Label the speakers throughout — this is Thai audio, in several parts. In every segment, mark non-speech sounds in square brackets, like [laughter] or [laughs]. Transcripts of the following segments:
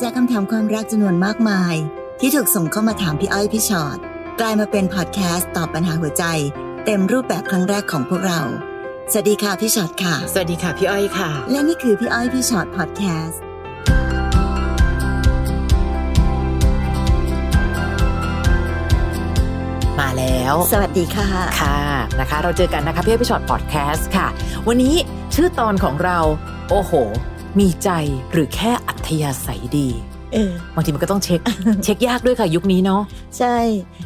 Speaker 1: จากคำถามความรักจำนวนมากมาย ที่ถูกส่งเข้ามาถามพี่อ้อยพี่ชอ็อตกลายมาเป็นพอดแคสต์ตอบปัญหาหัวใจ เต็มรูปแบบครั้งแรกของพวกเรา สวัสดีค่ะพี่ชอ็อตค่ะ
Speaker 2: สวัสดีค่ะพี่อ้อยค่ะ
Speaker 1: และนี่คือพี่อ้อยพี่ชอ็อตพอดแคสต์
Speaker 2: มาแล้ว
Speaker 1: สวัสดีค่ะ
Speaker 2: ค่ะนะคะ เราเจอกันนะคะพี่อ้อยพี่ชอตพอดแคสต์ค่ะ วันนี้ชื่อตอนของเรา โอ้โห มีใจหรือแค่อัธยาศัยดี
Speaker 1: เออบ
Speaker 2: างทีมันก็ต้องเช็ [laughs] ค เช็คยากด้วยค่ะยุคนี้เนาะ
Speaker 1: ใช่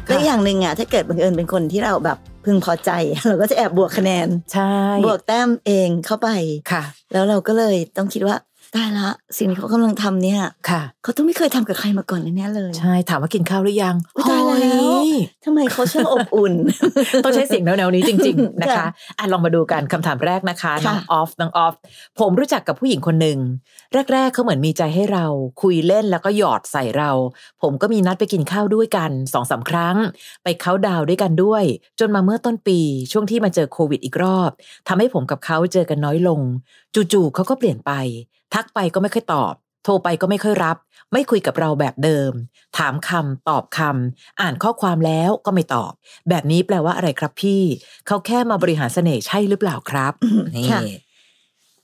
Speaker 2: ค่ะ
Speaker 1: และอย่างหนึ่งอะถ้าเกิดบังเอิญเป็นคนที่เราแบบพึงพอใจ [laughs] เราก็จะแอบบวกคะแนน
Speaker 2: ใช่
Speaker 1: บวกแต้มเองเข้าไป
Speaker 2: ค่ะ
Speaker 1: แล้วเราก็เลยต้องคิดว่าตายละสิ่งที่เขากำลังทำเนี่ย
Speaker 2: ค่ะ
Speaker 1: เขาต้องไม่เคยทำกับใครมาก่อนแน่ๆเลย
Speaker 2: ใช่ถามว่ากินข้าวหรือยัง
Speaker 1: อุ๊ยตายแล้ว
Speaker 2: โอ้ย
Speaker 1: ทำไมเขาช่างอบอุ่น
Speaker 2: [laughs] ต้องใช้เสียงแนวๆนี้จริง ๆ นะคะ
Speaker 1: ค่ะ
Speaker 2: อ่ะลองมาดูกันคำถามแรกนะคะน้อง
Speaker 1: ค่ะ
Speaker 2: ออฟน้องออฟผมรู้จักกับผู้หญิงคนหนึ่งแรก ๆเขาเหมือนมีใจให้เรา คุยเล่นแล้วก็หยอดใส่เรา ผมก็มีนัดไปกินข้าวด้วยกันสองสามครั้ง ไปเขาน์ดาวน์ด้วยกันด้วย จนมาเมื่อต้นปี ช่วงที่มาเจอโควิดอีกรอบทำให้ผมกับเขาเจอกันน้อยลง จู่ๆเขาก็เปลี่ยนไป ทักไปก็ไม่ค่อยตอบ โทรไปก็ไม่ค่อยรับ ไม่คุยกับเราแบบเดิม ถามคำตอบคำอ่านข้อความแล้วก็ไม่ตอบ แบบนี้แปลว่าอะไรครับพี่ เขาแค่มาบริหารเสน่ห์ใช่หรือเปล่าครับนี่
Speaker 1: ค่ะ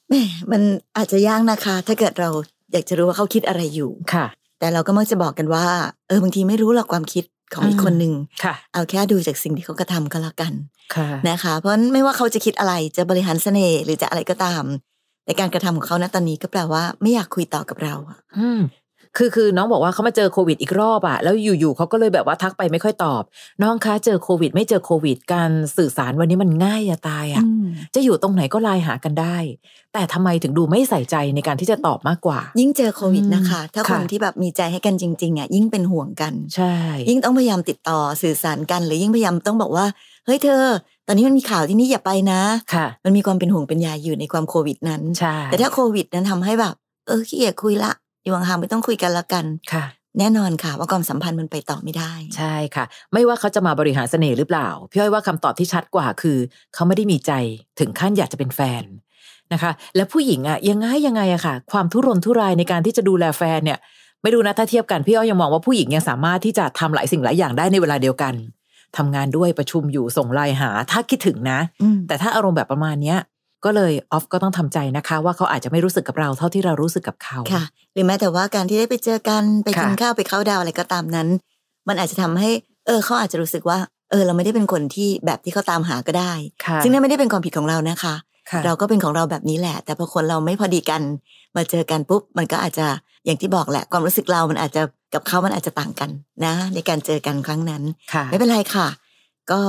Speaker 1: แหมมันอาจจะยากนะคะ ถ้าเกิดเราอยากจะรู้ว่าเขาคิดอะไรอยู่
Speaker 2: ค่ะ
Speaker 1: แต่เราก็มักจะบอกกันว่า เออบางทีไม่รู้หรอกความคิดของอีก
Speaker 2: อืม
Speaker 1: คนหนึ่ง
Speaker 2: ค่ะ
Speaker 1: เอาแค่ดูจากสิ่งที่เขากระทำก็แล้วกัน
Speaker 2: ค่ะ
Speaker 1: นะคะ เพราะไม่ว่าเขาจะคิดอะไรจะบริหารเสน่ห์หรือจะอะไรก็ตาม แต่การกระทำของเขาณตอนนี้ก็แปลว่าไม่อยากคุยต่อกับเราอะ
Speaker 2: อืมคือคือน้องบอกว่าเขามาเจอโควิดอีกรอบอะแล้วอยู่ๆเขาก็เลยแบบว่าทักไปไม่ค่อยตอบ น้องคะเจอโควิด ไม่เจอโควิด การสื่อสารวันนี้มันง่ายอะตายอะจะอยู่ตรงไหนก็ไลน์หากันได้ แต่ทำไมถึงดูไม่ใส่ใจในการที่จะตอบมากกว่า
Speaker 1: ยิ่งเจอโควิดนะคะ
Speaker 2: อืม
Speaker 1: ถ้าคน
Speaker 2: ค่ะ
Speaker 1: ที่แบบมีใจให้กันจริงๆอ่ะยิ่งเป็นห่วงกัน
Speaker 2: ใช่
Speaker 1: ยิ่งต้องพยายามติดต่อสื่อสารกันหรือยิ่งพยายามต้องบอกว่า เฮ้ยเธอ ตอนนี้มันมีข่าวที่นี่อย่าไปนะ
Speaker 2: ค่ะ
Speaker 1: มันมีความเป็นห่วงเป็นใยอยู่ในความโควิดนั้น
Speaker 2: ใช่
Speaker 1: แต่ถ้าโควิดนั้นทำให้แบบ เออขี้เกียจคุยละ อยู่ห่างๆไม่ต้องคุยกันละกัน
Speaker 2: ค่ะ
Speaker 1: แน่นอนค่ะว่าความสัมพันธ์มันไปต่อไม่ได้
Speaker 2: ใช่ค่ะ ไม่ว่าเขาจะมาบริหารเสน่ห์หรือเปล่าพี่อ้อยว่าคำตอบที่ชัดกว่าคือ เขาไม่ได้มีใจถึงขั้นอยากจะเป็นแฟนนะคะ และผู้หญิงอะยังไงยังไงอะค่ะ ความทุรนทุรายในการที่จะดูแลแฟนเนี่ย ไม่รู้นะถ้าเทียบกันพี่อ้อยยังมองว่าผู้หญิงยังสามารถที่จะทำหลายสิ่งหลายอย่างได้ในเวลาเดียวกันทำงานด้วยประชุมอยู่ส่งไลน์หา ถ้าคิดถึงนะ
Speaker 1: อืม
Speaker 2: แต่ถ้าอารมณ์แบบประมาณเนี้ยก็เลยออฟก็ต้องทำใจนะคะ ว่าเขาอาจจะไม่รู้สึกกับเราเท่าที่เรารู้สึกกับเขา
Speaker 1: ค่ะ หรือแม้แต่ว่าการที่ได้ไปเจอกันไปกิน
Speaker 2: ค่ะ
Speaker 1: ข้าวไปเข้าดาวอะไรก็ตามนั้น มันอาจจะทำให้ เออเขาอาจจะรู้สึกว่า เออ เราไม่ได้เป็นคนที่แบบที่เขาตามหาก็ได้
Speaker 2: ค่ะ
Speaker 1: ซึ่งนั่นไม่ได้เป็นความผิดของเรานะคะ
Speaker 2: ค่ะ
Speaker 1: เราก็เป็นของเราแบบนี้แหละ แต่พอคนเราไม่พอดีกัน มาเจอกันปุ๊บ มันก็อาจจะอย่างที่บอกแหละ ความรู้สึกเรา มันอาจจะกับเขามันอาจจะต่างกันนะ ในการเจอกันครั้งนั้น
Speaker 2: ค่ะ
Speaker 1: ไม่เป็นไรค่ะ ก็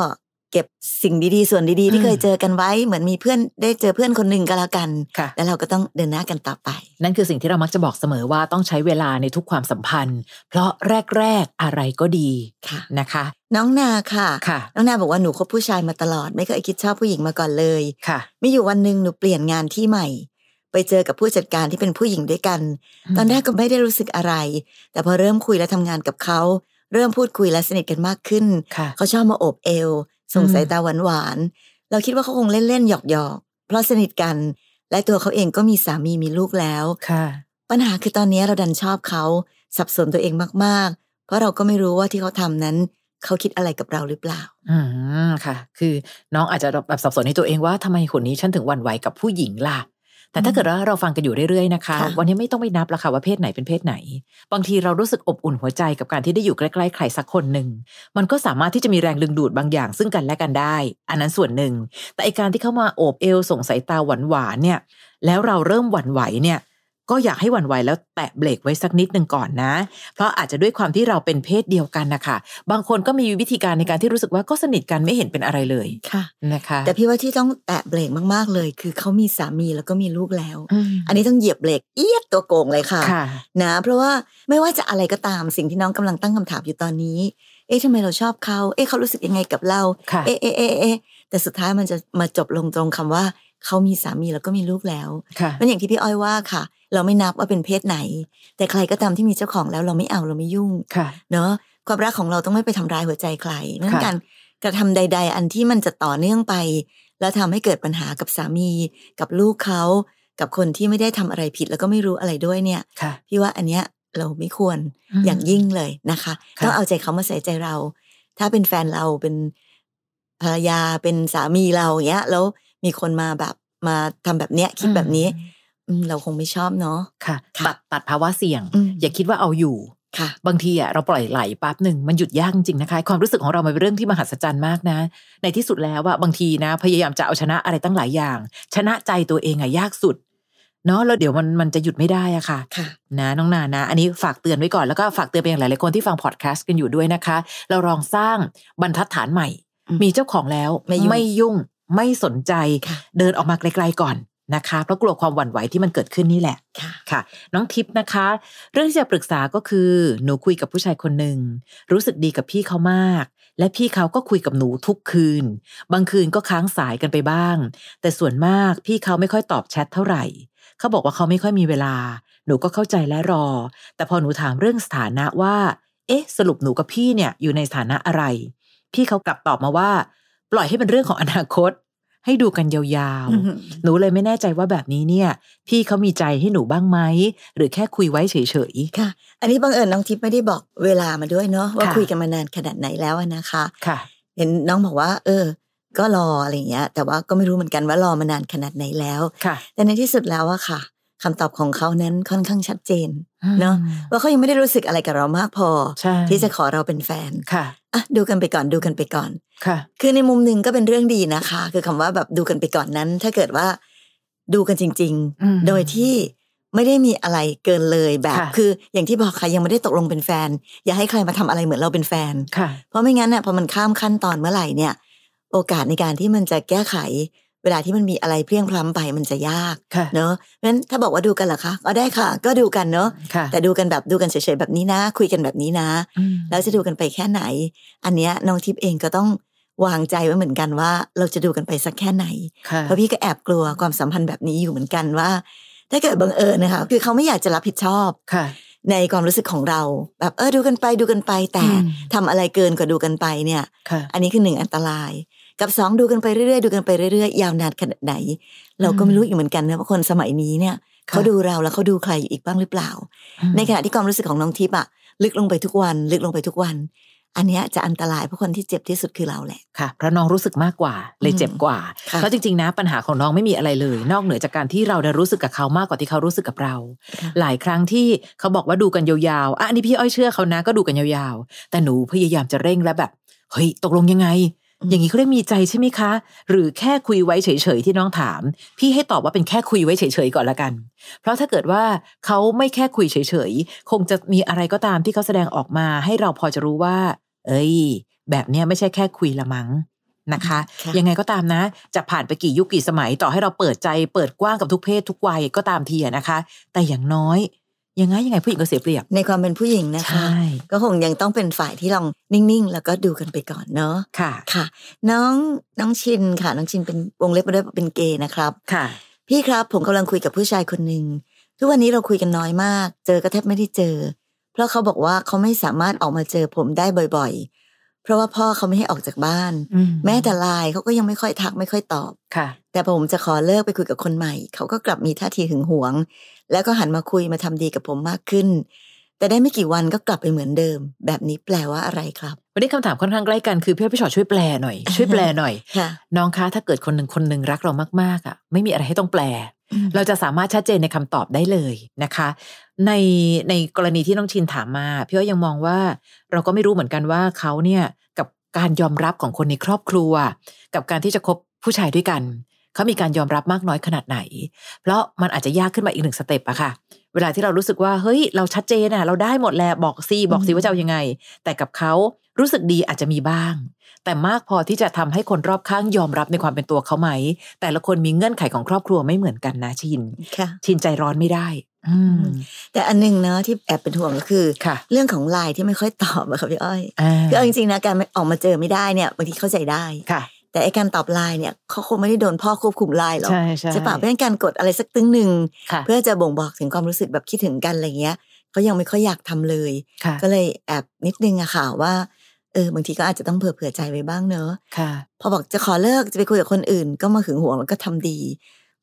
Speaker 1: เก็บสิ่งดีๆ ส่วนดีๆ ที่
Speaker 2: อืม
Speaker 1: เคยเจอกันไว้ เหมือนมีเพื่อนได้เจอเพื่อนคนหนึ่งก็แล้วกัน
Speaker 2: ค่ะ
Speaker 1: แล้วเราก็ต้องเดินหน้ากันต่อไป
Speaker 2: นั่นคือสิ่งที่เรามักจะบอกเสมอว่าต้องใช้เวลาในทุกความสัมพันธ์ เพราะแรก ๆ อะไรก็ดี
Speaker 1: ค่ะ
Speaker 2: นะคะ
Speaker 1: น้องนาค่ะ
Speaker 2: ค่ะ
Speaker 1: น้องนาบอกว่าหนูคบผู้ชายมาตลอด ไม่เคยคิดชอบผู้หญิงมาก่อนเลย
Speaker 2: ค่ะ
Speaker 1: มีอยู่วันหนึ่งหนูเปลี่ยนงานที่ใหม่ ไปเจอกับผู้จัดการที่เป็นผู้หญิงด้วยกัน ตอนแรกก็ไม่ได้รู้สึกอะไร แต่พอเริ่มคุยและทำงานกับเขา เริ่มพูดคุยและสนิทกันมากขึ้น
Speaker 2: ค่ะ
Speaker 1: เขาชอบมาโอบเอว ส่ง
Speaker 2: อืม
Speaker 1: สายตาหวานๆ เราคิดว่าเขาคงเล่นๆ หยอกๆ เพราะสนิทกัน และตัวเขาเองก็มีสามีมีลูกแล้ว
Speaker 2: ค่ะ
Speaker 1: ปัญหาคือตอนนี้เราดันชอบเขาสับสนตัวเองมากๆ เพราะเราก็ไม่รู้ว่าที่เขาทำนั้น เขาคิดอะไรกับเราหรือเปล่า
Speaker 2: อืม ค่ะ คือน้องอาจจะแบบสับสนในตัวเองว่าทำไมคนนี้ฉันถึงหวันไหวกับผู้หญิงล่ะ แต่ถ้าเกิดว่าเราฟังกันอยู่เรื่อยๆนะคะ
Speaker 1: ค่ะ
Speaker 2: วันนี้ไม่ต้องไปนับละค่ะว่าเพศไหนเป็นเพศไหน บางทีเรารู้สึกอบอุ่นหัวใจกับการที่ได้อยู่ใกล้ๆใครสักคนหนึ่ง มันก็สามารถที่จะมีแรงดึงดูดบางอย่างซึ่งกันและกันได้ อันนั้นส่วนหนึ่ง แต่ไอการที่เข้ามาโอบเอวส่งสายตาหวานๆเนี่ย แล้วเราเริ่มหวั่นไหวเนี่ย ก็อยากให้หวั่นไหวแล้วแตะเบรกไว้สักนิดหนึ่งก่อนนะ เพราะอาจจะด้วยความที่เราเป็นเพศเดียวกันนะคะ บางคนก็มีวิธีการในการที่รู้สึกว่าก็สนิทกันไม่เห็นเป็นอะไรเลย
Speaker 1: ค่ะ
Speaker 2: นะคะ
Speaker 1: แต่พี่ว่าที่ต้องแตะเบรกมากๆเลย คือเขามีสามีแล้วก็มีลูกแล้ว
Speaker 2: ม
Speaker 1: อันนี้ต้องเหยียบเบรกเอียดตัวโกงเลยค่ะ
Speaker 2: ค่ะ
Speaker 1: นะเพราะว่าไม่ว่าจะอะไรก็ตามสิ่งที่น้องกำลังตั้งคำถามอยู่ตอนนี้ เอ๊ะทำไมเราชอบเขา เอ๊ะเขารู้สึกยังไงกับเรา
Speaker 2: ค่ะ
Speaker 1: เอ๊ะเอ๊ะเอ๊ะเอ๊ะแต่สุดท้ายมันจะมาจบลงตรงคำว่า เขามีสามีแล้วก็มีลูกแล้ว
Speaker 2: ค่ะ
Speaker 1: มันอย่างที่พี่อ้อยว่าค่ะ เราไม่นับว่าเป็นเพศไหน แต่ใครก็ตามที่มีเจ้าของแล้วเราไม่เอาเราไม่ยุ่ง
Speaker 2: ค่ะ
Speaker 1: เนาะความรักของเราต้องไม่ไปทำร้ายหัวใจใครเพราะฉะนั้นการก
Speaker 2: ค่ะ
Speaker 1: ระทำใด ๆ อันที่มันจะต่อเนื่องไป แล้วทำให้เกิดปัญหากับสามี กับลูกเขา กับคนที่ไม่ได้ทำอะไรผิดแล้วก็ไม่รู้อะไรด้วยเนี่ย
Speaker 2: ค่ะ
Speaker 1: พี่ว่าอันเนี้ย เราไม่ควรอย่างยิ่งเลยนะคะ
Speaker 2: ค่ะ
Speaker 1: ต้องเอาใจเขามาใส่ใจเรา ถ้าเป็นแฟนเราเป็นภรรยาเป็นสามีเราอย่างเงี้ย แล้วมีคนมาแบบมาทำแบบเนี้ย คิดแบบนี้ อืมเราคงไม่ชอบเนาะ
Speaker 2: ค่ะ
Speaker 1: ค่ะ
Speaker 2: ตัดตัดภาวะเสี่ยง
Speaker 1: อืม
Speaker 2: อย่าคิดว่าเอาอยู่
Speaker 1: ค่ะ
Speaker 2: บางทีอ่ะเราปล่อยไหลปั๊บหนึ่งมันหยุดยากจริงๆนะคะ ความรู้สึกของเรามันเป็นเรื่องที่มหัศจรรย์มากนะ ในที่สุดแล้วอ่ะบางทีนะ พยายามจะเอาชนะอะไรตั้งหลายอย่าง ชนะใจตัวเองอ่ะยากสุดเนาะแล้วเดี๋ยวมันมันจะหยุดไม่ได้อะค่ะ
Speaker 1: ค่ะ
Speaker 2: นะน้องนานะ อันนี้ฝากเตือนไว้ก่อนแล้วก็ฝากเตือนไปอย่างหลายๆคนที่ฟังพอดแคสต์กันอยู่ด้วยนะคะ เราลองสร้างบรรทัดฐานใหม่
Speaker 1: อืม
Speaker 2: มีเจ้าของแล้ว
Speaker 1: ไม่ยุ่ง
Speaker 2: ยุ่ง ไม่สนใจ
Speaker 1: ค่ะ
Speaker 2: เดินออกมาไกลๆก่อนนะคะ เพราะกลัวความหวั่นไหวที่มันเกิดขึ้นนี่แหละ
Speaker 1: ค่ะ
Speaker 2: ค่ะน้องทิพย์นะคะ เรื่องที่จะปรึกษาก็คือ หนูคุยกับผู้ชายคนหนึ่ง รู้สึกดีกับพี่เขามาก และพี่เขาก็คุยกับหนูทุกคืน บางคืนก็ค้างสายกันไปบ้าง แต่ส่วนมากพี่เขาไม่ค่อยตอบแชทเท่าไหร่ เขาบอกว่าเขาไม่ค่อยมีเวลา หนูก็เข้าใจและรอ แต่พอหนูถามเรื่องสถานะว่า เอ๊ะ สรุปหนูกับพี่เนี่ยอยู่ในสถานะอะไร พี่เขากลับตอบมาว่า ปล่อยให้เป็นเรื่องของอนาคต ให้ดูกันยาว
Speaker 1: อื
Speaker 2: ๆ
Speaker 1: ม
Speaker 2: หนูเลยไม่แน่ใจว่าแบบนี้เนี่ย พี่เขามีใจให้หนูบ้างไหม หรือแค่คุยไว้เฉย
Speaker 1: ค่ะ อันนี้บังเอิญน้องทิพย์ไม่ได้บอกเวลามาด้วยเนาะว่า
Speaker 2: ค่ะ
Speaker 1: คุยกันมานานขนาดไหนแล้วอะนะคะ
Speaker 2: ๆ ค่ะ
Speaker 1: เห็นน้องบอกว่า เออ ก็รออะไรอย่างเงี้ย แต่ว่าก็ไม่รู้เหมือนกันว่ารอมานานขนาดไหนแล้ว
Speaker 2: ค่ะ
Speaker 1: แต่ในที่สุดแล้วอะค่ะคำตอบของเขานั้นค่อนข้างชัดเจน เนอะ ว่าเขายังไม่ได้รู้สึกอะไรกับเรามากพอ
Speaker 2: ใช่
Speaker 1: ที่จะขอเราเป็นแฟน
Speaker 2: ค่ะ
Speaker 1: อ่ะดูกันไปก่อนดูกันไปก่อน
Speaker 2: ค่ะ
Speaker 1: คือในมุมหนึ่งก็เป็นเรื่องดีนะคะ คือคำว่าแบบดูกันไปก่อนนั้น ถ้าเกิดว่าดูกันจริง
Speaker 2: อืม
Speaker 1: ๆ โดยที่ไม่ได้มีอะไรเกินเลยแบบ
Speaker 2: ค่ะ
Speaker 1: คืออย่างที่บอกค่ะยังไม่ได้ตกลงเป็นแฟน อย่าให้ใครมาทำอะไรเหมือนเราเป็นแฟน
Speaker 2: ค่ะ
Speaker 1: เพราะไม่งั้นเนี่ยพอมันข้ามขั้นตอนเมื่อไหร่เนี่ย โอกาสในการที่มันจะแก้ไข เวลาที่มันมีอะไรเพลียงพล้ำไปมันจะยาก
Speaker 2: ค่ะ
Speaker 1: เนอะเพราะฉะนั้นถ้าบอกว่าดูกันเหรอคะก็ได้ค่ะ ก็ดูกันเนอะ
Speaker 2: ค่ะ
Speaker 1: แต่ดูกันแบบดูกันเฉยๆแบบนี้นะ คุยกันแบบนี้นะ
Speaker 2: อืม
Speaker 1: แล้วจะดูกันไปแค่ไหน อันเนี้ยน้องทิพย์เองก็ต้องวางใจไว้เหมือนกันว่า เราจะดูกันไปสักแค่ไหน
Speaker 2: ค่ะ
Speaker 1: เพราะพี่ก็แอบกลัวความสัมพันธ์แบบนี้อยู่เหมือนกันว่า ถ้าเกิดบังเอิญนะคะคือเขาไม่อยากจะรับผิดชอบ
Speaker 2: ค่ะ
Speaker 1: ในความรู้สึกของเรา แบบเออดูกันไปดูกันไปแต่
Speaker 2: อืม
Speaker 1: ทำอะไรเกินกว่าดูกันไปเนี่ย
Speaker 2: ค่ะ
Speaker 1: อันนี้คือหนึ่งอันตราย กับสองดูกันไปเรื่อยๆดูกันไปเรื่อยๆยาวนานขนาดไหน เราก็ไม่รู้อยู่เหมือนกันนะว่าคนสมัยนี้เนี่ย
Speaker 2: ค่ะ
Speaker 1: เขาดูเราแล้วเขาดูใครอยู่อีกบ้างหรือเปล่า
Speaker 2: อืม
Speaker 1: ในขณะที่ความรู้สึกของน้องทิพย์อะลึกลงไปทุกวัน ลึกลงไปทุกวัน อันเนี้ยจะอันตรายเพราะคนที่เจ็บที่สุดคือเราแหละ
Speaker 2: ค่ะเพราะน้องรู้สึกมากกว่า เลยเจ็บกว่า
Speaker 1: ค่ะ
Speaker 2: เพราะจริงๆนะปัญหาของน้องไม่มีอะไรเลย นอกเหนือจากการที่เราได้รู้สึกกับเขามากกว่าที่เขารู้สึกกับเรา
Speaker 1: ค่ะ
Speaker 2: หลายครั้งที่เขาบอกว่าดูกันยาวๆอ่ะอันนี้พี่อ้อยเชื่อเขานะก็ดูกันยาวๆ แต่หนูพยายามจะเร่งแล้วแบบ เฮ้ย ตกลงยังไง
Speaker 1: อืม
Speaker 2: อย่างนี้เขาเรียกมีใจใช่ไหมคะ หรือแค่คุยไว้เฉยๆที่น้องถาม พี่ให้ตอบว่าเป็นแค่คุยไว้เฉยๆก่อนละกัน เพราะถ้าเกิดว่าเขาไม่แค่คุยเฉยๆ คงจะมีอะไรก็ตามที่เขาแสดงออกมา ให้เราพอจะรู้ว่า เอ้ย แบบเนี้ยไม่ใช่แค่คุยละมั้งนะคะ
Speaker 1: ค่ะ
Speaker 2: ยังไงก็ตามนะ จะผ่านไปกี่ยุคกี่สมัยต่อให้เราเปิดใจ เปิดกว้างกับทุกเพศทุกวัยก็ตามทีอะนะคะ แต่อย่างน้อย ยังไงยังไงผู้หญิงก็เสียเปรียบ
Speaker 1: ในความเป็นผู้หญิงนะคะ
Speaker 2: ใช่
Speaker 1: ก็คงยังต้องเป็นฝ่ายที่ลองนิ่งๆ แล้วก็ดูกันไปก่อนเนาะ
Speaker 2: ค่ะ
Speaker 1: ค่ะ น้องน้องชินค่ะ น้องชินเป็นวงเล็บมาด้วยว่าเป็นเกย์นะครับ
Speaker 2: ค่ะ
Speaker 1: พี่ครับผมกำลังคุยกับผู้ชายคนหนึ่งทุกวันนี้เราคุยกันน้อยมาก เจอก็แทบไม่ได้เจอ เพราะเขาบอกว่าเขาไม่สามารถออกมาเจอผมได้บ่อยๆ เพราะว่าพ่อเขาไม่ให้ออกจากบ้าน
Speaker 2: อื
Speaker 1: แม้แต่ไลน์เขาก็ยังไม่ค่อยทักไม่ค่อยตอบ
Speaker 2: ค่ะ
Speaker 1: แต่พอผมจะขอเลิกไปคุยกับคนใหม่ เขาก็กลับมีท่าทีหึงหวง แล้วก็หันมาคุยมาทำดีกับผมมากขึ้น แต่ได้ไม่กี่วันก็กลับไปเหมือนเดิม แบบนี้แปลว่าอะไรครับ
Speaker 2: วันนี้คำถามค่อนข้างใกล้กันคือพี่อ้อยพี่ชอตช่วยแปลหน่อย ช่วยแปลหน่อย
Speaker 1: ค่ะ
Speaker 2: น้องคะถ้าเกิดคนหนึ่งคนหนึ่งรักเรามากๆอ่ะ ไม่มีอะไรให้ต้องแปล
Speaker 1: อืม
Speaker 2: เราจะสามารถชัดเจนในคำตอบได้เลยนะคะ ในในกรณีที่น้องชินถามมาพี่อ้อยยังมองว่า เราก็ไม่รู้เหมือนกันว่าเขาเนี่ยกับการยอมรับของคนในครอบครัว กับการที่จะคบผู้ชายด้วยกันเขามีการยอมรับมากน้อยขนาดไหน เพราะมันอาจจะยากขึ้นมาอีกหนึ่งสเต็ปอะค่ะ เวลาที่เรารู้สึกว่าเฮ้ยเราชัดเจนอะเราได้หมดแหละบอกซีบอกซีว่าจะเอายังไง แต่กับเขารู้สึกดีอาจจะมีบ้าง แต่มากพอที่จะทำให้คนรอบข้างยอมรับในความเป็นตัวเขาไหม แต่ละคนมีเงื่อนไขของครอบครัวไม่เหมือนกันนะชิน
Speaker 1: ค่ะ
Speaker 2: ชินใจร้อนไม่ได้ อืม
Speaker 1: แต่อันหนึงเนาะที่แอบเป็นห่วงก็คือ
Speaker 2: ค่ะ
Speaker 1: เรื่องของไลน์ที่ไม่ค่อยตอบอะค่ะพี่อ้อย
Speaker 2: อ่า
Speaker 1: คือเอาจริงๆนะการออกมาเจอไม่ได้เนี่ยบางทีเข้าใจได้
Speaker 2: ค่ะ
Speaker 1: แต่ไอการตอบไลน์เนี่ยเขาคงไม่ได้โดนพ่อควบคุมไลน์หรอก
Speaker 2: ใช่ใช่
Speaker 1: จะเปล่าเป็นการกดอะไรสักตึ้งหนึ่ง
Speaker 2: ค่ะ
Speaker 1: เพื่อจะบ่งบอกถึงความรู้สึกแบบคิดถึงกันอะไรเงี้ยเขายังไม่ค่อยอยากทำเลย
Speaker 2: ค่ะ
Speaker 1: ก็เลยแอบนิดนึงอะค่ะว่าเออบางทีก็อาจจะต้องเผื่อเผื่อใจไว้บ้างเนอะ
Speaker 2: ค่ะ
Speaker 1: พอบอกจะขอเลิกจะไปคุยกับคนอื่น ก็มาหึงหวงแล้วก็ทำดี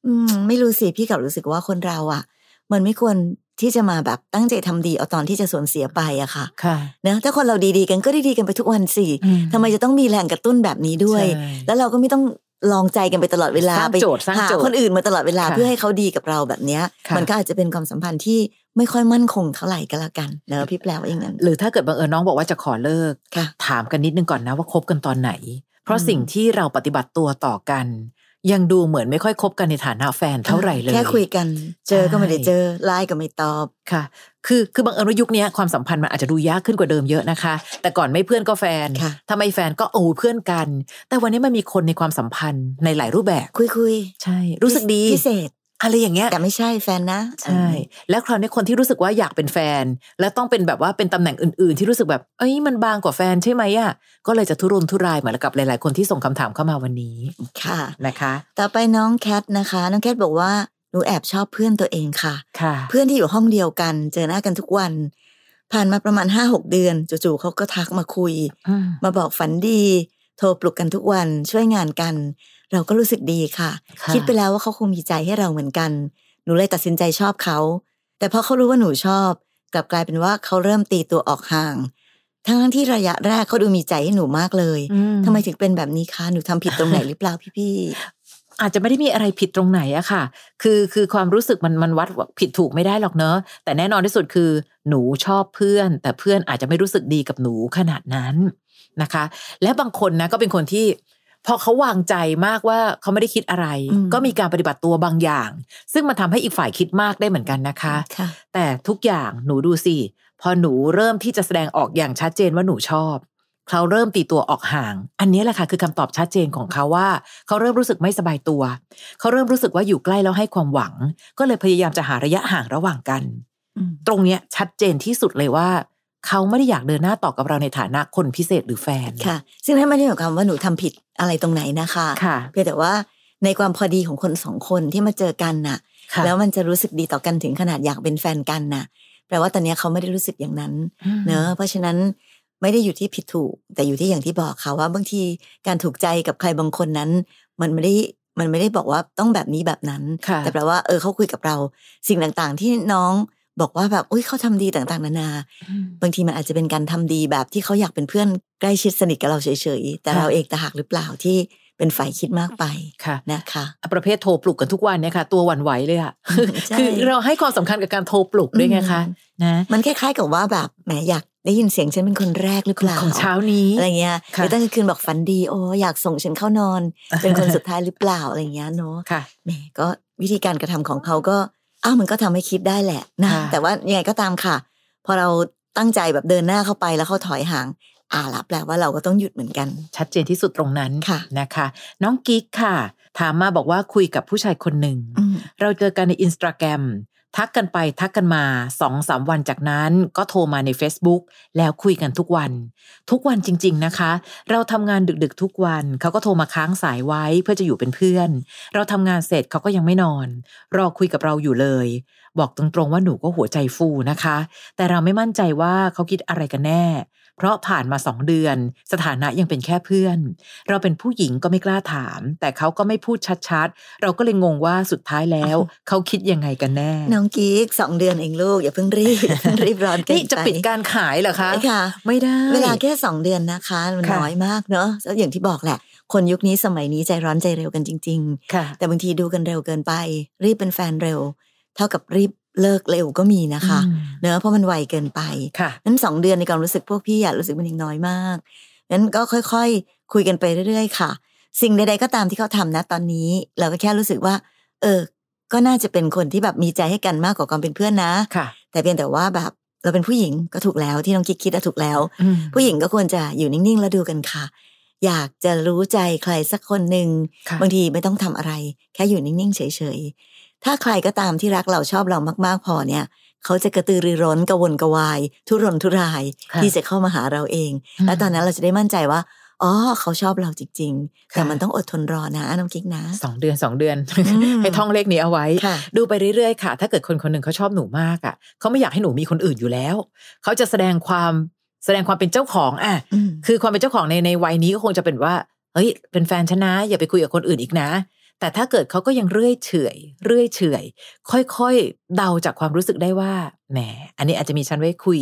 Speaker 1: อืมไม่รู้สิพี่กลับรู้สึกว่าคนเราอะมันไม่ควร ที่จะมาแบบตั้งใจทำดีเอาตอนที่จะสูญเสียไปอะค่ะ
Speaker 2: ค่ะ
Speaker 1: นะถ้าคนเราดีๆกันก็ดีๆกันไปทุกวันสิทำไมจะต้องมีแรงกระตุ้นแบบนี้ด้วย
Speaker 2: ใช่
Speaker 1: แล้วเราก็ไม่ต้องลองใจกันไปตลอดเวลา
Speaker 2: สร้าง
Speaker 1: ไป
Speaker 2: โจทย์สร้าง
Speaker 1: หา
Speaker 2: โจทย์
Speaker 1: คนอื่นมาตลอดเวลา
Speaker 2: ค่ะ
Speaker 1: เพื่อให้เขาดีกับเราแบบเนี้ย
Speaker 2: ค่ะ
Speaker 1: มันก็อาจจะเป็นความสัมพันธ์ที่ไม่ค่อยมั่นคงเท่าไหร่ก็แล้วกันเนอะพี่แปลว่าอย่างนั้น
Speaker 2: หรือถ้าเกิดบังเอิญน้องบอกว่าจะขอเลิก
Speaker 1: ค่ะ
Speaker 2: ถามกันนิดนึงก่อนนะว่าคบกันตอนไหน เพราะ
Speaker 1: อืม
Speaker 2: สิ่งที่เราปฏิบัติตัวต่อกัน ยังดูเหมือนไม่ค่อยคบกันในฐานะแฟนเท่าไหร่เลย
Speaker 1: แค่คุยกัน เจอก็ไม่ได้
Speaker 2: ใช่
Speaker 1: เจอไลน์ก็ไม่ตอบ
Speaker 2: ค่ะ คือคือบังเอิญว่ายุคเนี้ยความสัมพันธ์มันอาจจะดูยากขึ้นกว่าเดิมเยอะนะคะ แต่ก่อนไม่เพื่อนก็แฟน
Speaker 1: ค่ะ
Speaker 2: ถ้าไม่แฟนก็โอ้เพื่อนกัน แต่วันนี้มันมีคนในความสัมพันธ์ในหลายรูปแบบ
Speaker 1: คุยคุย
Speaker 2: ใช่ รู้สึกดี
Speaker 1: พิเศษ
Speaker 2: อะไรอย่างเงี้ย
Speaker 1: แต่ไม่ใช่แฟนนะ
Speaker 2: ใช่ แล้วคราวนี้คนที่รู้สึกว่าอยากเป็นแฟน และต้องเป็นแบบว่าเป็นตำแหน่งอื่นๆ ที่รู้สึกแบบเอ้ยมันบางกว่าแฟนใช่ไหมอ่ะก็เลยจะทุรนทุรายเหมือนกับหลายๆ คนที่ส่งคำถามเข้ามาวันนี้
Speaker 1: ค่ะ
Speaker 2: นะคะ
Speaker 1: ต่อไปน้องแคทนะคะ น้องแคทบอกว่าหนูแอบชอบเพื่อนตัวเองค่ะ
Speaker 2: ค่ะ
Speaker 1: เพื่อนที่อยู่ห้องเดียวกัน เจอหน้ากันทุกวัน ผ่านมาประมาณห้าหกเดือนจู่ๆเขาก็ทักมาคุย
Speaker 2: อืม
Speaker 1: มาบอกฝันดี โทรปลุกกันทุกวันช่วยงานกัน เราก็รู้สึกดีค่ะ
Speaker 2: ค่ะ
Speaker 1: คิดไปแล้วว่าเขาคงมีใจให้เราเหมือนกัน หนูเลยตัดสินใจชอบเขา แต่พอเขารู้ว่าหนูชอบ กลับกลายเป็นว่าเขาเริ่มตีตัวออกห่าง ทั้งๆที่ระยะแรกเขาดูมีใจให้หนูมากเลย
Speaker 2: อื
Speaker 1: ทำไมถึงเป็นแบบนี้คะหนูทำผิดตรงไหนหรือเปล่าพี่
Speaker 2: อาจจะไม่ได้มีอะไรผิดตรงไหนอะค่ะ คือคือความรู้สึกมันมันวัดผิดถูกไม่ได้หรอกเนอะแต่แน่นอนที่สุดคือ หนูชอบเพื่อน แต่เพื่อนอาจจะไม่รู้สึกดีกับหนูขนาดนั้นนะคะ และบางคนนะก็เป็นคนที่ พอเขาวางใจมากว่าเขาไม่ได้คิดอะไร ก็มีการปฏิบัติตัวบางอย่าง ซึ่งมันทำให้อีกฝ่ายคิดมากได้เหมือนกันนะคะ
Speaker 1: ๆค่ะ
Speaker 2: แต่ทุกอย่างหนูดูสิ พอหนูเริ่มที่จะแสดงออกอย่างชัดเจนว่าหนูชอบ เขาเริ่มตีตัวออกห่าง อันนี้แหละค่ะคือคำตอบชัดเจนของเขาว่า เขาเริ่มรู้สึกไม่สบายตัว เขาเริ่มรู้สึกว่าอยู่ใกล้แล้วให้ความหวัง ก็เลยพยายามจะหาระยะห่างระหว่างกัน
Speaker 1: อืม
Speaker 2: ตรงเนี้ยชัดเจนที่สุดเลยว่า เขาไม่ได้อยากเดินหน้าต่อกับเราในฐานะคนพิเศษหรือแฟน
Speaker 1: ค่ะ ซึ่งนั่นไม่ได้หมายความว่าหนูทำผิดอะไรตรงไหนนะคะ
Speaker 2: ค่ะ
Speaker 1: เพียงแต่ว่าในความพอดีของคนสองคนที่มาเจอกันน่ะ
Speaker 2: ค่ะ
Speaker 1: แล้วมันจะรู้สึกดีต่อกันถึงขนาดอยากเป็นแฟนกันน่ะ แปลว่าตอนเนี้ยเขาไม่ได้รู้สึกอย่างนั้น เนอะเพราะฉะนั้นไม่ได้อยู่ที่ผิดถูก แต่อยู่ที่อย่างที่บอกค่ะว่าบางทีการถูกใจกับใครบางคนนั้น มันไม่ได้มันไม่ได้บอกว่าต้องแบบนี้แบบนั้น
Speaker 2: ค่ะ
Speaker 1: แต่แปลว่าเออเขาคุยกับเรา สิ่งต่างๆ ที่น้องบอกว่าแบบอุ้ยเขาทำดีต่างๆ นานา บางทีมันอาจจะเป็นการทำดีแบบที่เขาอยากเป็นเพื่อนใกล้ชิดสนิทกับเราเฉยๆ แต่
Speaker 2: ค่ะ
Speaker 1: เราเองต่างหากหรือเปล่าที่เป็นฝ่ายคิดมากไป
Speaker 2: ค่ะ
Speaker 1: นะคะ
Speaker 2: ประเภทโทรปลุกกันทุกวันเนี่ยค่ะ ตัวหวั่นไหวเลยอะ
Speaker 1: อืมใช่
Speaker 2: คือเราให้ความสำคัญกับการโทรปลุกด้วยไงคะนะ
Speaker 1: มันคล้ายๆกับว่าแบบแหมอยากได้ยินเสียงฉันเป็นคนแรกหรือเปล่า
Speaker 2: ของเช้านี้
Speaker 1: อะไรเงี้ยห
Speaker 2: ค่ะ
Speaker 1: รือตั้งแต่คืนบอกฝันดีโอ้อยากส่งฉันเข้านอน เป็นคนสุดท้ายหรือเปล่าอะไรเงี้ยเนาะ
Speaker 2: ค่ะ
Speaker 1: แหมก็วิธีการกระทำของเขาก็อ้าวมันก็ทำให้คิดได้แหละนะ
Speaker 2: ค่ะ
Speaker 1: แต่ว่ายังไงก็ตามค่ะ พอเราตั้งใจแบบเดินหน้าเข้าไปแล้วเขาถอยห่าง อ่าละแปลว่าเราก็ต้องหยุดเหมือนกัน
Speaker 2: ชัดเจนที่สุดตรงนั้น
Speaker 1: ค่ะ
Speaker 2: นะคะ น้องกิ๊กค่ะ ถามมาบอกว่าคุยกับผู้ชายคนหนึ่ง
Speaker 1: อืม
Speaker 2: เราเจอกันในอินสตาแกรมทักกันไปทักกันมาสองสามวันจากนั้นก็โทรมาใน Facebook แล้วคุยกันทุกวัน ทุกวันจริง ๆนะคะ เราทำงานดึกๆทุกวัน เขาก็โทรมาค้างสายไว้เพื่อจะอยู่เป็นเพื่อน เราทำงานเสร็จเขาก็ยังไม่นอน รอคุยกับเราอยู่เลย บอกตรงๆว่าหนูก็หัวใจฟูนะคะ แต่เราไม่มั่นใจว่าเขาคิดอะไรกันแน่ เพราะผ่านมาสองเดือน สถานะยังเป็นแค่เพื่อน เราเป็นผู้หญิงก็ไม่กล้าถาม แต่เขาก็ไม่พูดชัดๆ เราก็เลยงงว่าสุดท้ายแล้ว เขาคิดยังไงกันแน่
Speaker 1: น้องกิ๊กสองเดือนเองลูก อย่าเพิ่ง
Speaker 2: [laughs]
Speaker 1: รีบ อย่าเพิ่งรีบร้อนเกิน
Speaker 2: นี่จะ
Speaker 1: ไป
Speaker 2: ปิดการขายเหรอคะ
Speaker 1: ใช่ค่ะ
Speaker 2: ไม่ได้
Speaker 1: เวลาแค่สองเดือนนะคะมัน
Speaker 2: ค่ะ
Speaker 1: น้อยมากเนอะแล้วอย่างที่บอกแหละ คนยุคนี้สมัยนี้ใจร้อนใจเร็วกันจริง
Speaker 2: ค่ะ
Speaker 1: ๆ แต่บางทีดูกันเร็วเกินไป รีบเป็นแฟนเร็ว เท่ากับรีบเลิกเร็วก็มีนะคะ
Speaker 2: อืม
Speaker 1: เนอะเพราะมันไวเกินไป
Speaker 2: ค่ะ
Speaker 1: นั้นสองเดือนในความรู้สึกพวกพี่อะรู้สึกมันยังน้อยมากนั้นก็ค่อยๆ คุยกันไปเรื่อยๆ ค่ะ สิ่งใดๆก็ตามที่เขาทำนะตอนนี้ เราก็แค่รู้สึกว่า เออ ก็น่าจะเป็นคนที่แบบมีใจให้กันมากกว่าความเป็นเพื่อนนะ
Speaker 2: ค่ะ
Speaker 1: แต่เพียงแต่ว่าแบบเราเป็นผู้หญิงก็ถูกแล้วที่น้องกิ๊กคิดอะถูกแล้ว
Speaker 2: อืม
Speaker 1: ผู้หญิงก็ควรจะอยู่นิ่งๆ แล้วดูกันค่ะ อยากจะรู้ใจใครสักคนหนึ่ง
Speaker 2: ค่ะ
Speaker 1: บางทีไม่ต้องทำอะไร แค่อยู่นิ่งๆเฉยๆ ถ้าใครก็ตามที่รักเราชอบเรามากๆพอเนี่ย เขาจะกระตือรือร้นกระวนกระวาย ทุรนทุราย
Speaker 2: ค่ะ
Speaker 1: ที่จะเข้ามาหาเราเอง และตอนนั้นเราจะได้มั่นใจว่าอ๋อเขาชอบเราจริง ๆ
Speaker 2: ค่ะ
Speaker 1: แต่มันต้องอดทนรอนะน้องกิ๊กนะ
Speaker 2: สองเดือนสองเดือน
Speaker 1: อืม
Speaker 2: ให้ท่องเลขนี้เอาไว้
Speaker 1: ค่ะ
Speaker 2: ดูไปเรื่อยๆค่ะ ถ้าเกิดคนคนหนึ่งเขาชอบหนูมากอ่ะเขาไม่อยากให้หนูมีคนอื่นอยู่แล้ว เขาจะแสดงความแสดงความเป็นเจ้าของอ่ะ
Speaker 1: อืม
Speaker 2: คือความเป็นเจ้าของในในวัยนี้ก็คงจะเป็นว่า เฮ้ย เป็นแฟนฉันนะ อย่าไปคุยกับคนอื่นอีกนะ แต่ถ้าเกิดเขาก็ยังเรื่อยเฉื่อย เรื่อยเฉื่อย ค่อยๆ เดาจากความรู้สึกได้ว่า แหม อันนี้อาจจะมีฉันไว้คุย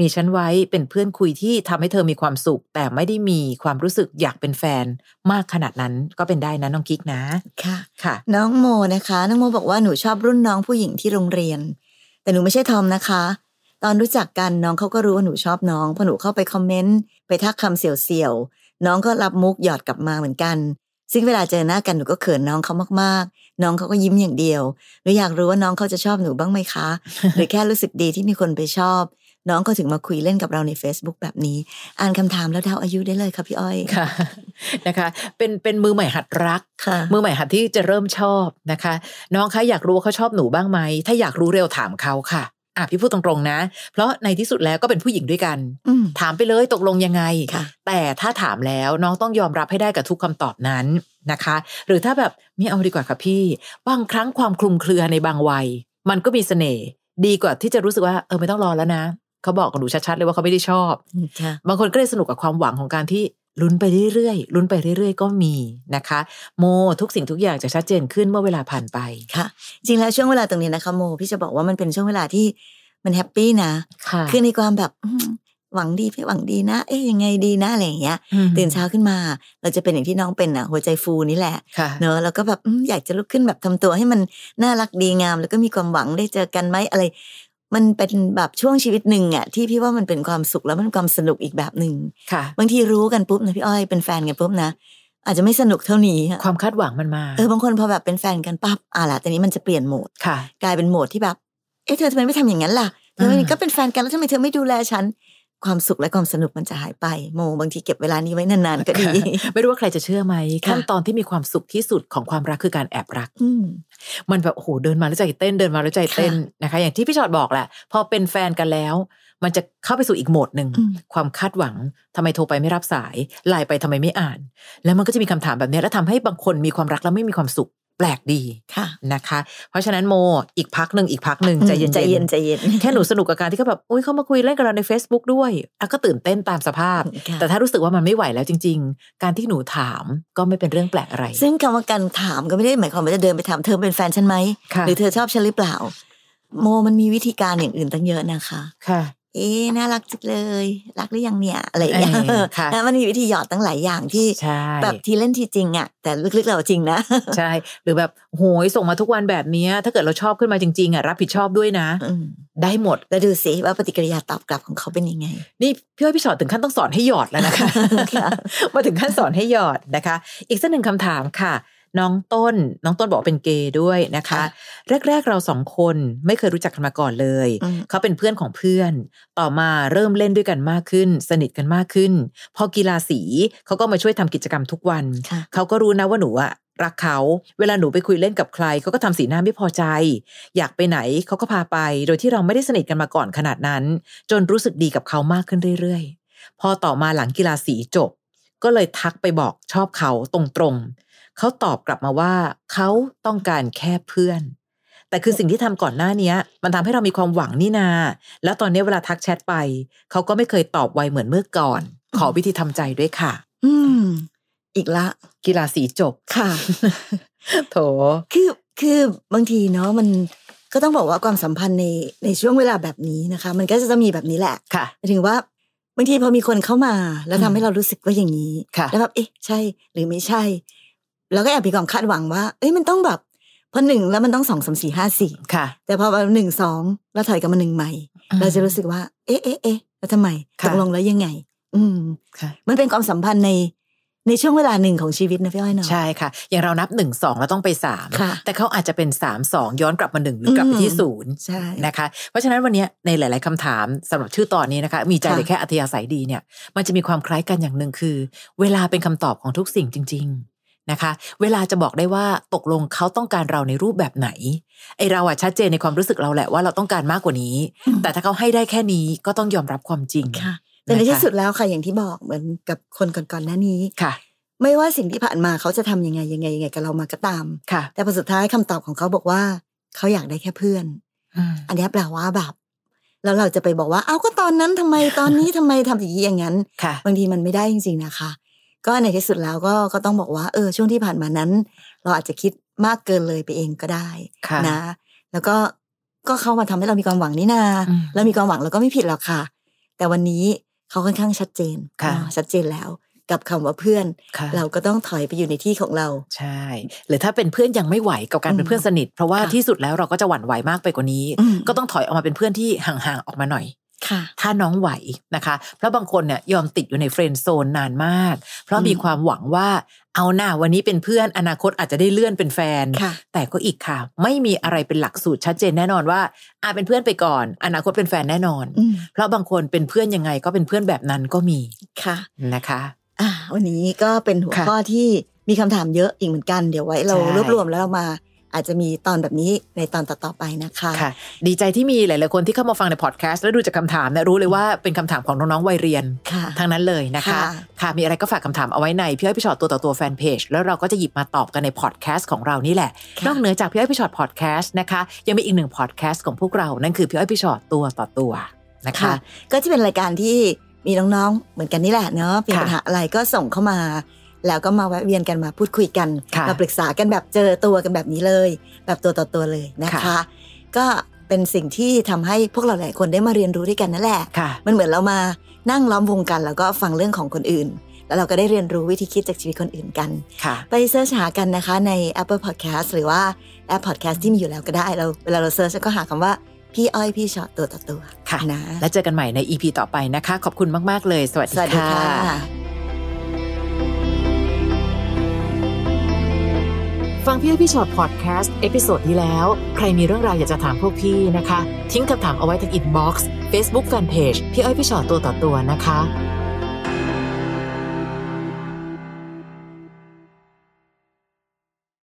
Speaker 2: มีฉันไว้เป็นเพื่อนคุยที่ทำให้เธอมีความสุข แต่ไม่ได้มีความรู้สึกอยากเป็นแฟน มากขนาดนั้นก็เป็นได้นะน้องกิ๊กนะ
Speaker 1: ค่ะ
Speaker 2: ค่ะ [laughs]
Speaker 1: น้องโมนะคะ น้องโมบอกว่าหนูชอบรุ่นน้องผู้หญิงที่โรงเรียน แต่หนูไม่ใช่ทอมนะคะ ตอนรู้จักกันน้องเขาก็รู้ว่าหนูชอบน้องพอหนูเข้าไปคอมเมนต์ไปทักคำเสียวๆน้องก็รับมุกหยอดกลับมาเหมือนกัน ซึ่งเวลาเจอหน้ากันหนูก็เขินน้องเขามากๆ น้องเขาก็ยิ้มอย่างเดียวหนูอยากรู้ว่าน้องเขาจะชอบหนูบ้างไหมคะ หรือแค่รู้สึกดีที่มีคนไปชอบ น้องก็ถึงมาคุยเล่นกับเราใน Facebook แบบนี้ อ่านคำถามแล้วเดาอายุได้เลยค่ะพี่อ้อย
Speaker 2: ค่ะ [laughs] นะคะ เป็นเป็นมือใหม่หัดรัก
Speaker 1: ค่ะ
Speaker 2: มือใหม่หัดที่จะเริ่มชอบนะคะ น้องคะอยากรู้ว่าเขาชอบหนูบ้างไหม ถ้าอยากรู้เร็วถามเขาค่ะอ่ะพี่พูดตรงๆนะ เพราะในที่สุดแล้วก็เป็นผู้หญิงด้วยกัน
Speaker 1: อืม
Speaker 2: ถามไปเลยตกลงยังไง
Speaker 1: ค่ะ
Speaker 2: แต่ถ้าถามแล้วน้องต้องยอมรับให้ได้กับทุกคำตอบนั้นนะคะ หรือถ้าแบบไม่เอาดีกว่าค่ะพี่ บางครั้งความคลุมเครือในบางวัย มันก็มีเสน่ห์ดีกว่าที่จะรู้สึกว่าเออไม่ต้องรอแล้วนะเขาบอกกับหนูชัดๆเลยว่าเขาไม่ได้ชอบ
Speaker 1: ค่ะ
Speaker 2: บางคนก็เลยสนุกกับความหวังของการที่ลุ้นไปเรื่อยๆลุ้นไปเรื่อย ๆ ก็มีนะคะ โมทุกสิ่งทุกอย่างจะชัดเจนขึ้นเมื่อเวลาผ่านไป
Speaker 1: ค่ะจริงแล้วช่วงเวลาตรงนี้นะคะโมพี่จะบอกว่ามันเป็นช่วงเวลาที่มันแฮปปี้นะ
Speaker 2: ค่ะ
Speaker 1: คือในความแบบอืมหวังดีไม่หวังดีนะ เอ๊ยยังไงดีนะอะไรอย่างเงี้ยตื่นเช้าขึ้นมา เราจะเป็นอย่างที่น้องเป็นอ่ะหัวใจฟูนี่แหละ
Speaker 2: ค่ะ
Speaker 1: เนอะแล้วก็แบบอืมอยากจะลุกขึ้นแบบทำตัวให้มันน่ารักดีงาม แล้วก็มีความหวังได้เจอกันไหมอะไร มันเป็นแบบช่วงชีวิตหนึ่งอ่ะที่พี่ว่ามันเป็นความสุขแล้วมันความสนุกอีกแบบหนึ่ง
Speaker 2: ค่ะ
Speaker 1: บางทีรู้กันปุ๊บนะพี่อ้อยเป็นแฟนกันปุ๊บนะอาจจะไม่สนุกเท่านี้อะ
Speaker 2: ความคาดหวังมันมา
Speaker 1: เออบางคนพอแบบเป็นแฟนกันปั๊บอ่ะละแต่นี้มันจะเปลี่ยนโหมด
Speaker 2: ค่ะ
Speaker 1: กลายเป็นโหมดที่แบบ เอ๊ะเธอทำไมไม่ทำอย่างนั้นล่ะ เธอ
Speaker 2: อืม
Speaker 1: ก็เป็นแฟนกันแล้วทำไมเธอไม่ดูแลฉัน ความสุขและความสนุกมันจะหายไป โมบางทีเก็บเวลานี้ไว้นานๆก็ดี
Speaker 2: ไม่รู้ว่าใครจะเชื่อไหม
Speaker 1: ค่ะ
Speaker 2: ขั้นตอนที่มีความสุขที่สุดของความรักคือการแอบรัก
Speaker 1: อืม
Speaker 2: มันแบบโอ้โหเดินมาแล้วใจเต้นเดินมาแล้วใจเต้นนะคะ อย่างที่พี่ชอดบอกแหละพอเป็นแฟนกันแล้ว มันจะเข้าไปสู่อีกโหมดหนึ่ง
Speaker 1: อืม
Speaker 2: ความคาดหวังทำไมโทรไปไม่รับสายไลน์ไปทำไมไม่อ่าน แล้วมันก็จะมีคำถามแบบเนี้ยแล้วทำให้บางคนมีความรักแล้วไม่มีความสุขแปลกดี
Speaker 1: ค่ะ
Speaker 2: นะคะ เพราะฉะนั้นโมอีกพักหนึ่งอีกพักหนึ่งใจเย็นๆ
Speaker 1: ใจเย็นใจเย็น
Speaker 2: แค่หนูสนุกกับการที่เขาแบบอุ้ยเขามาคุยเล่นกับเราใน Facebook ด้วยอ่ะก็ตื่นเต้นตามสภาพ
Speaker 1: ค่ะ
Speaker 2: แต่ถ้ารู้สึกว่ามันไม่ไหวแล้วจริง ๆ การที่หนูถามก็ไม่เป็นเรื่องแปลกอะไร
Speaker 1: ซึ่งคำว่าการถามก็ไม่ได้หมายความว่าจะเดินไปถามเธอเป็นแฟนฉันไหม
Speaker 2: ค่ะ
Speaker 1: หรือเธอชอบฉันหรือเปล่า โมมันมีวิธีการอย่างอื่นตั้งเยอะนะคะ
Speaker 2: ค่ะ
Speaker 1: เอ๊ะน่ารักจังเลย รักหรือยังเนี่ยอะไรอย่างเงี้ย
Speaker 2: เออค่ะ
Speaker 1: นะมันมีวิธีหยอดตั้งหลายอย่างที่
Speaker 2: ใช่
Speaker 1: แบบทีเล่นทีจริงอ่ะ แต่ลึกๆเราจริงนะ
Speaker 2: ใช่ หรือแบบโหยส่งมาทุกวันแบบเนี้ยถ้าเกิดเราชอบขึ้นมาจริงๆอ่ะรับผิดชอบด้วยนะ
Speaker 1: อืม
Speaker 2: ได้หมด
Speaker 1: แล้วดูสิว่าปฏิกิริยาตอบกลับของเขาเป็นยังไง
Speaker 2: นี่พี่อ้อยพี่ชอตถึงขั้นต้องสอนให้หยอดแล้วนะคะ
Speaker 1: [laughs] ค่ะ
Speaker 2: มาถึงขั้นสอนให้หยอดนะคะ อีกสักหนึ่งคำถามค่ะ น้องต้น น้องต้นบอกว่าเป็นเกย์ด้วยนะคะ
Speaker 1: ค่ะ
Speaker 2: แรก ๆ เราสองคนไม่เคยรู้จักกันมาก่อนเลย
Speaker 1: อืม
Speaker 2: เขาเป็นเพื่อนของเพื่อน ต่อมาเริ่มเล่นด้วยกันมากขึ้น สนิทกันมากขึ้น พอกีฬาสีเขาก็มาช่วยทำกิจกรรมทุกวัน
Speaker 1: ค่ะ
Speaker 2: เขาก็รู้นะว่าหนูอะรักเขา เวลาหนูไปคุยเล่นกับใครเขาก็ทำสีหน้าไม่พอใจ อยากไปไหนเขาก็พาไป โดยที่เราไม่ได้สนิทกันมาก่อนขนาดนั้น จนรู้สึกดีกับเขามากขึ้นเรื่อยๆ พอต่อมาหลังกีฬาสีจบ ก็เลยทักไปบอกชอบเขาตรงๆเขาตอบกลับมาว่าเขาต้องการแค่เพื่อน แต่คือสิ่งที่ทำก่อนหน้าเนี้ย มันทำให้เรามีความหวังนี่นา แล้วตอนเนี้ยเวลาทักแชทไปเขาก็ไม่เคยตอบไวเหมือนเมื่อก่อน ขอวิธีทำใจด้วยค่ะ
Speaker 1: อืม อีกละ
Speaker 2: กีฬาสีจบ
Speaker 1: ค่ะ
Speaker 2: [laughs] โถ
Speaker 1: คือ คือบางทีเนาะมันก็ต้องบอกว่าความสัมพันธ์ใน ในช่วงเวลาแบบนี้นะคะ มันก็จะต้องมีแบบนี้แหละ
Speaker 2: ค่ะ
Speaker 1: หมายถึงว่า บางทีพอมีคนเข้ามา แล้วทำ
Speaker 2: อืม
Speaker 1: ให้เรารู้สึกว่าอย่างนี้
Speaker 2: ค่ะ
Speaker 1: แล้วแบบเอ๊ะ ใช่ หรือไม่ใช่ เราก็แอบมีความคาดหวังว่า เอ้ย มันต้องแบบ พอหนึ่งแล้วมันต้องสองสามสี่ห้าสี่
Speaker 2: ค่ะ
Speaker 1: แต่พอแบบหนึ่งสองเราถอยกลับมาหนึ่งใหม่ เราจะรู้สึกว่า เอ๊ะเอ๊ะเอ๊ะแล้วทำไม
Speaker 2: ค่ะ
Speaker 1: ตกลงแล้วยังไง อืม
Speaker 2: ค่ะ
Speaker 1: มันเป็นความสัมพันธ์ในในช่วงเวลาหนึ่งของชีวิตนะพี่อ้อยเนาะ
Speaker 2: ใช่ค่ะ อย่างเรานับหนึ่งสองแล้วต้องไปสาม
Speaker 1: ค่ะ
Speaker 2: แต่เขาอาจจะเป็นสามสองย้อนกลับมาหนึ่งหรือกลับไปที่
Speaker 1: อืม
Speaker 2: ศูนย์
Speaker 1: ใช่
Speaker 2: นะคะ เพราะฉะนั้นวันเนี้ยในหลาย ๆคำถามสำหรับชื่อตอนนี้นะคะ มีใจ
Speaker 1: ค่ะ
Speaker 2: หรือแค่อัธยาศัยดีเนี่ย มันจะมีความคล้ายกันอย่างหนึ่งคือ เวลาเป็นคำตอบของทุกสิ่งจริง ๆนะคะ เวลาจะบอกได้ว่าตกลงเขาต้องการเราในรูปแบบไหนไอเราอะชัดเจนในความรู้สึกเราแหละว่าเราต้องการมากกว่านี้ แต่ถ้าเขาให้ได้แค่นี้ก็ต้องยอมรับความจริง
Speaker 1: ค่ะ แต่ใน
Speaker 2: นะคะ
Speaker 1: ที่สุดแล้วค่ะอย่างที่บอกเหมือนกับคนก่อนๆหน้านี้
Speaker 2: ค่ะ
Speaker 1: ไม่ว่าสิ่งที่ผ่านมาเขาจะทำยังไงยังไงยังไงกับเรามาก็ตาม
Speaker 2: ค่ะ
Speaker 1: แต่พอสุดท้ายคำตอบของเขาบอกว่า เขาอยากได้แค่เพื่อน
Speaker 2: อืม
Speaker 1: อันเนี้ยแปลว่าแบบแล้วเราจะไปบอกว่า เอาก็ตอนนั้นทำไมตอนนี้ทำไมทำอย่างนี้อย่างนั้น
Speaker 2: ค่ะ
Speaker 1: บางทีมันไม่ได้จริง ๆนะคะ ก็ ก็ในที่สุดแล้วก็ก็ต้องบอกว่าเออช่วงที่ผ่านมานั้น เราอาจจะคิดมากเกินเลยไปเองก็ได้
Speaker 2: ค่ะ
Speaker 1: นะ แล้วก็ก็เข้ามาทำให้เรามีความหวังนี่นา
Speaker 2: อืม
Speaker 1: แล้วมีความหวังเราก็ไม่ผิดหรอกค่ะ แต่วันนี้เขาค่อนข้างชัดเจน
Speaker 2: ค่ะ
Speaker 1: อ่าชัดเจนแล้ว กับคำว่าเพื่อน
Speaker 2: ค่ะ
Speaker 1: เราก็ต้องถอยไปอยู่ในที่ของเรา
Speaker 2: ใช่ หรือถ้าเป็นเพื่อนยังไม่ไหวกับการ
Speaker 1: อืม
Speaker 2: เป็นเพื่อนสนิท เพราะว่า
Speaker 1: ค่ะ
Speaker 2: ที่สุดแล้วเราก็จะหวั่นไหวมากไปกว่านี้
Speaker 1: ม
Speaker 2: ก็ต้องถอยออกมาเป็นเพื่อนที่ห่างๆออกมาหน่อย
Speaker 1: ค่ะ
Speaker 2: ถ้าน้องไหวนะคะ เพราะบางคนเนี่ยยอมติดอยู่ในเฟรนด์โซนนานมาก เพราะมี
Speaker 1: อืม
Speaker 2: ความหวังว่าเอาหน้าวันนี้เป็นเพื่อนอนาคตอาจจะได้เลื่อนเป็นแฟน
Speaker 1: ค่ะ
Speaker 2: แต่ก็อีกค่ะ ไม่มีอะไรเป็นหลักสูตรชัดเจนแน่นอนว่าอาเป็นเพื่อนไปก่อน อนาคตเป็นแฟนแน่นอน
Speaker 1: อืม
Speaker 2: เพราะบางคนเป็นเพื่อนยังไงก็เป็นเพื่อนแบบนั้นก็มี
Speaker 1: ค่ะ
Speaker 2: นะคะ
Speaker 1: อ่าวันนี้ก็เป็นหัว
Speaker 2: ค่ะ
Speaker 1: ข้อที่มีคำถามเยอะอีกเหมือนกันเดี๋ยวไว้เรา
Speaker 2: ใช่
Speaker 1: รวบรวมแล้วเรามา อาจจะมีตอนแบบนี้ในตอนต่อๆไปนะคะ
Speaker 2: ค่ะ ดีใจที่มีหลาย ๆ คนที่เข้ามาฟังในพอดแคสต์แล้วดูจากคำถามเนี่ยรู้เลยว่าเป็นคำถามของน้อง ๆ วัยเรียน
Speaker 1: ค่ะ
Speaker 2: ทั้งนั้นเลยนะคะ
Speaker 1: ค่ะ
Speaker 2: ค่ะ มีอะไรก็ฝากคำถามเอาไว้ในพี่อ้อยพี่ชอตตัวต่อตัวแฟนเพจ แล้วเราก็จะหยิบมาตอบกันในพอดแคสต์ของเรานี่แหละ น
Speaker 1: ค่ะ
Speaker 2: อกเหนือจากพี่อ้อยพี่ชอตพอดแคสต์นะคะ ยังมีอีกหนึ่งพอดแคสต์ของพวกเรา นั่นคือพี่อ้อยพี่ชอตตัวต่อตัวนะคะ
Speaker 1: ค่ะ ก็จะเป็นรายการที่มีน้องๆเหมือนกันนี่แหละเนาะมี
Speaker 2: ค่ะ
Speaker 1: ปัญหาอะไรก็ส่งเข้ามา แล้วก็มาแวะเวียนกันมาพูดคุยกัน
Speaker 2: ค่ะ
Speaker 1: มาปรึกษากันแบบเจอตัวกันแบบนี้เลย แบบตัวต่อตัวเลยนะ
Speaker 2: ค่ะ
Speaker 1: คะ ก็เป็นสิ่งที่ทำให้พวกเราหลายคนได้มาเรียนรู้ด้วยกันนั่นแหละ
Speaker 2: ค่ะ
Speaker 1: มันเหมือนเรามานั่งล้อมวงกัน แล้วก็ฟังเรื่องของคนอื่น แล้วเราก็ได้เรียนรู้วิธีคิดจากชีวิตคนอื่นกัน
Speaker 2: ค่ะ
Speaker 1: ไปเสิร์ชหากันนะคะใน Apple Podcast หรือว่าแอป Podcast ที่มีอยู่แล้วก็ได้เราเวลาเราเสิร์ชก็หาคำว่า พี่อ้อยพี่ชอตตัวต่อตัว
Speaker 2: ค่ะ
Speaker 1: นะ
Speaker 2: แล้วเจอกันใหม่ใน EP ต่อไปนะคะ ขอบคุณมาก ๆ เลย สวัส
Speaker 1: สวัส
Speaker 2: ดี
Speaker 1: ดีค
Speaker 2: ค่ะ
Speaker 1: ่ะ
Speaker 2: ฟังพี่อ้อยพี่ชอตพอดแคสต์เอพิโซดที่แล้ว ใครมีเรื่องราวอยากจะถามพวกพี่นะคะ ทิ้งคำถามเอาไว้ทางอินบ็อกซ์เฟซบุ๊กแฟนเพจพี่อ้อยพี่ชอตตัวต่อตัวนะคะ